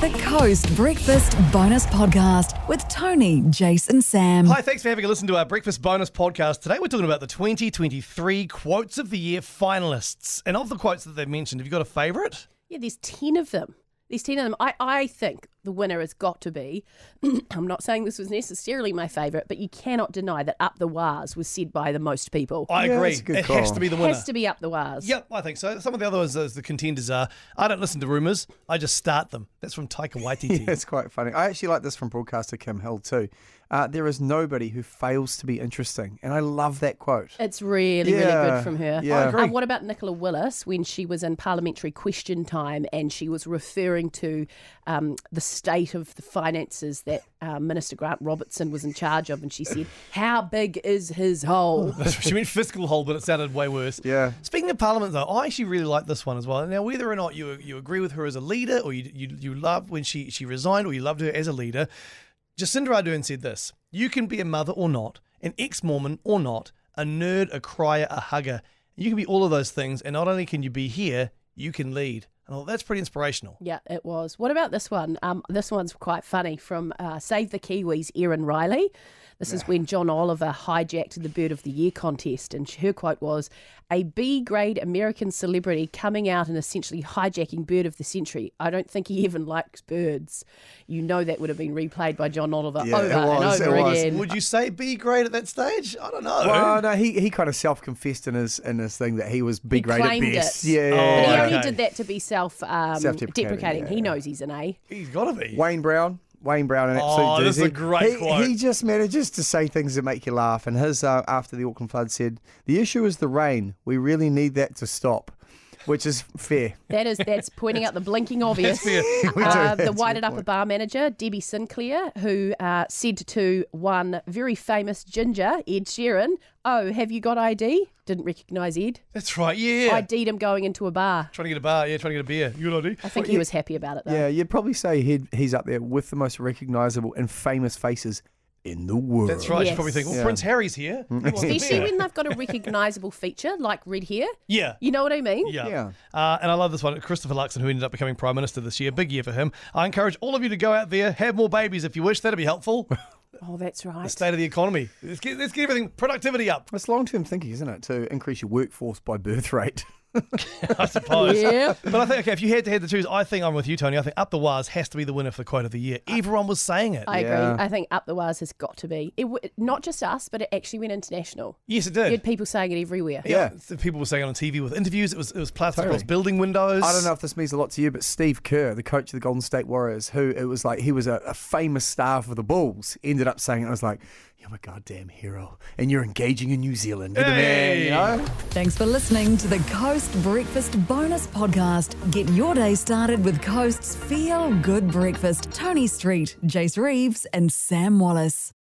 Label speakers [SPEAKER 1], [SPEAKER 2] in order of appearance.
[SPEAKER 1] The Coast Breakfast Bonus Podcast with Tony, Jason, Sam.
[SPEAKER 2] Hi, thanks for having a listen to our breakfast bonus podcast. Today we're talking about the 2023 Quotes of the Year finalists. And of the quotes that they've mentioned, have you got a favourite?
[SPEAKER 3] Yeah, there's 10 of them. There's 10 of them. I, I think the winner has got to be. I'm not saying this was necessarily my favourite, but you cannot deny that Up the Waz was said by the most people.
[SPEAKER 2] I
[SPEAKER 4] Yeah,
[SPEAKER 2] agree.
[SPEAKER 4] that's a good
[SPEAKER 2] it
[SPEAKER 4] call.
[SPEAKER 2] has to be the winner.
[SPEAKER 3] Has to be Up the Waz.
[SPEAKER 2] Yep, I think so. Some of the other ones as the contenders are I don't listen to rumours, I just start them. That's from Taika Waititi.
[SPEAKER 4] It's quite funny. I actually like this from broadcaster Kim Hill too. Uh, there is nobody who fails to be interesting, and I love that quote.
[SPEAKER 3] It's really, really
[SPEAKER 4] Yeah,
[SPEAKER 3] good from her.
[SPEAKER 4] yeah. I agree.
[SPEAKER 3] And what about Nicola Willis when she was in parliamentary question time and she was referring to um, the state of the finances that uh, Minister Grant Robertson was in charge of? And she said, How big is his hole?
[SPEAKER 2] she meant fiscal hole, but it sounded way worse.
[SPEAKER 4] Yeah.
[SPEAKER 2] Speaking of Parliament, though, I actually really like this one as well. Now, whether or not you you agree with her as a leader, or you you, you love when she she resigned, or you loved her as a leader, Jacinda Ardern said this: "You can be a mother or not, an ex-Mormon or not, a nerd, a crier, a hugger. You can be all of those things, and not only can you be here, you can lead." And I thought that's pretty inspirational.
[SPEAKER 3] Yeah, it was. What about this one? Um, this one's quite funny from uh, Save the Kiwis, Erin Riley. This is when John Oliver hijacked the Bird of the Year contest, and her quote was A B grade American celebrity coming out and essentially hijacking Bird of the Century. I don't think he even likes birds. You know, that would have been replayed by John Oliver
[SPEAKER 4] Yeah,
[SPEAKER 3] over
[SPEAKER 4] it was,
[SPEAKER 3] and
[SPEAKER 4] it
[SPEAKER 3] over
[SPEAKER 4] was.
[SPEAKER 3] again.
[SPEAKER 2] Would you say B grade at that stage? I don't know.
[SPEAKER 4] Well, no, he, he kind of self confessed in his in his thing that he was B grade at
[SPEAKER 3] claimed it.
[SPEAKER 4] best. Yeah,
[SPEAKER 3] but
[SPEAKER 2] Oh,
[SPEAKER 3] he
[SPEAKER 4] yeah,
[SPEAKER 3] only
[SPEAKER 4] yeah.
[SPEAKER 2] okay.
[SPEAKER 3] did that to be self um,
[SPEAKER 4] Self-deprecating,
[SPEAKER 3] deprecating.
[SPEAKER 4] yeah,
[SPEAKER 3] he
[SPEAKER 4] yeah.
[SPEAKER 3] knows he's an A.
[SPEAKER 2] He's got to be.
[SPEAKER 4] Wayne Brown. Wayne Brown, an absolute
[SPEAKER 2] Oh, this is a
[SPEAKER 4] doozy.
[SPEAKER 2] great
[SPEAKER 4] he,
[SPEAKER 2] quote.
[SPEAKER 4] He just manages to say things that make you laugh. And his uh, after the Auckland flood said, "The issue is the rain. We really need that to stop," which is fair.
[SPEAKER 3] That is, that's pointing out the blinking obvious.
[SPEAKER 2] fair.
[SPEAKER 4] We do.
[SPEAKER 3] Uh,
[SPEAKER 4] That's
[SPEAKER 3] the
[SPEAKER 4] a
[SPEAKER 3] Whited
[SPEAKER 4] good
[SPEAKER 3] Upper
[SPEAKER 4] point.
[SPEAKER 3] Bar manager, Debbie Sinclair, who uh, said to one very famous ginger, Ed Sheeran, Oh, have you got ID? Didn't recognise Ed.
[SPEAKER 2] That's right. Yeah.
[SPEAKER 3] ID'd him going into a bar.
[SPEAKER 2] Trying to get a bar, yeah, trying to get a beer. You know,
[SPEAKER 3] I think he was happy about it, though.
[SPEAKER 4] Yeah, you'd probably say he he's up there with the most recognisable and famous faces in the world.
[SPEAKER 2] That's right. You
[SPEAKER 3] Yes.
[SPEAKER 2] probably think, well,
[SPEAKER 4] Yeah. Mm-hmm.
[SPEAKER 2] Prince Harry's here. He wants a
[SPEAKER 3] Especially
[SPEAKER 2] beer.
[SPEAKER 3] when they've got a recognisable feature like red hair.
[SPEAKER 2] Yeah.
[SPEAKER 3] You know what I mean?
[SPEAKER 2] Yeah.
[SPEAKER 4] Yeah.
[SPEAKER 2] Uh, and I love this one. Christopher Luxon, who ended up becoming Prime Minister this year. Big year for him. I encourage all of you to go out there, have more babies if you wish. That'd be helpful.
[SPEAKER 3] Oh, that's right.
[SPEAKER 2] State of the economy. Let's get, let's get everything, productivity up,
[SPEAKER 4] It's long term thinking, isn't it? To increase your workforce by birth rate.
[SPEAKER 2] I suppose.
[SPEAKER 3] Yeah.
[SPEAKER 2] But I think, okay, if you had to had to choose, I think I'm with you, Tony. I think Up the Waz has to be the winner for the quote of the year. Everyone was saying it.
[SPEAKER 3] I
[SPEAKER 4] Yeah.
[SPEAKER 3] agree. I think Up the Wires has got to be. It w- not just us, but it actually went international.
[SPEAKER 2] yes, it
[SPEAKER 3] You
[SPEAKER 2] did.
[SPEAKER 3] had people saying it everywhere.
[SPEAKER 4] Yeah.
[SPEAKER 2] So People were saying it on TV with interviews. It was, it was plastered
[SPEAKER 4] Totally.
[SPEAKER 2] across building windows.
[SPEAKER 4] I don't know if this means a lot to you, but Steve Kerr, the coach of the Golden State Warriors, who it was like he was a, a famous star for the Bulls, ended up saying, I was like, You're my goddamn hero. And you're engaging in New Zealand. You're the man,
[SPEAKER 2] Hey.
[SPEAKER 4] you know?
[SPEAKER 1] Thanks for listening to the Coast Breakfast Bonus Podcast. Get your day started with Coast's Feel Good Breakfast. Tony Street, Jace Reeves, and Sam Wallace.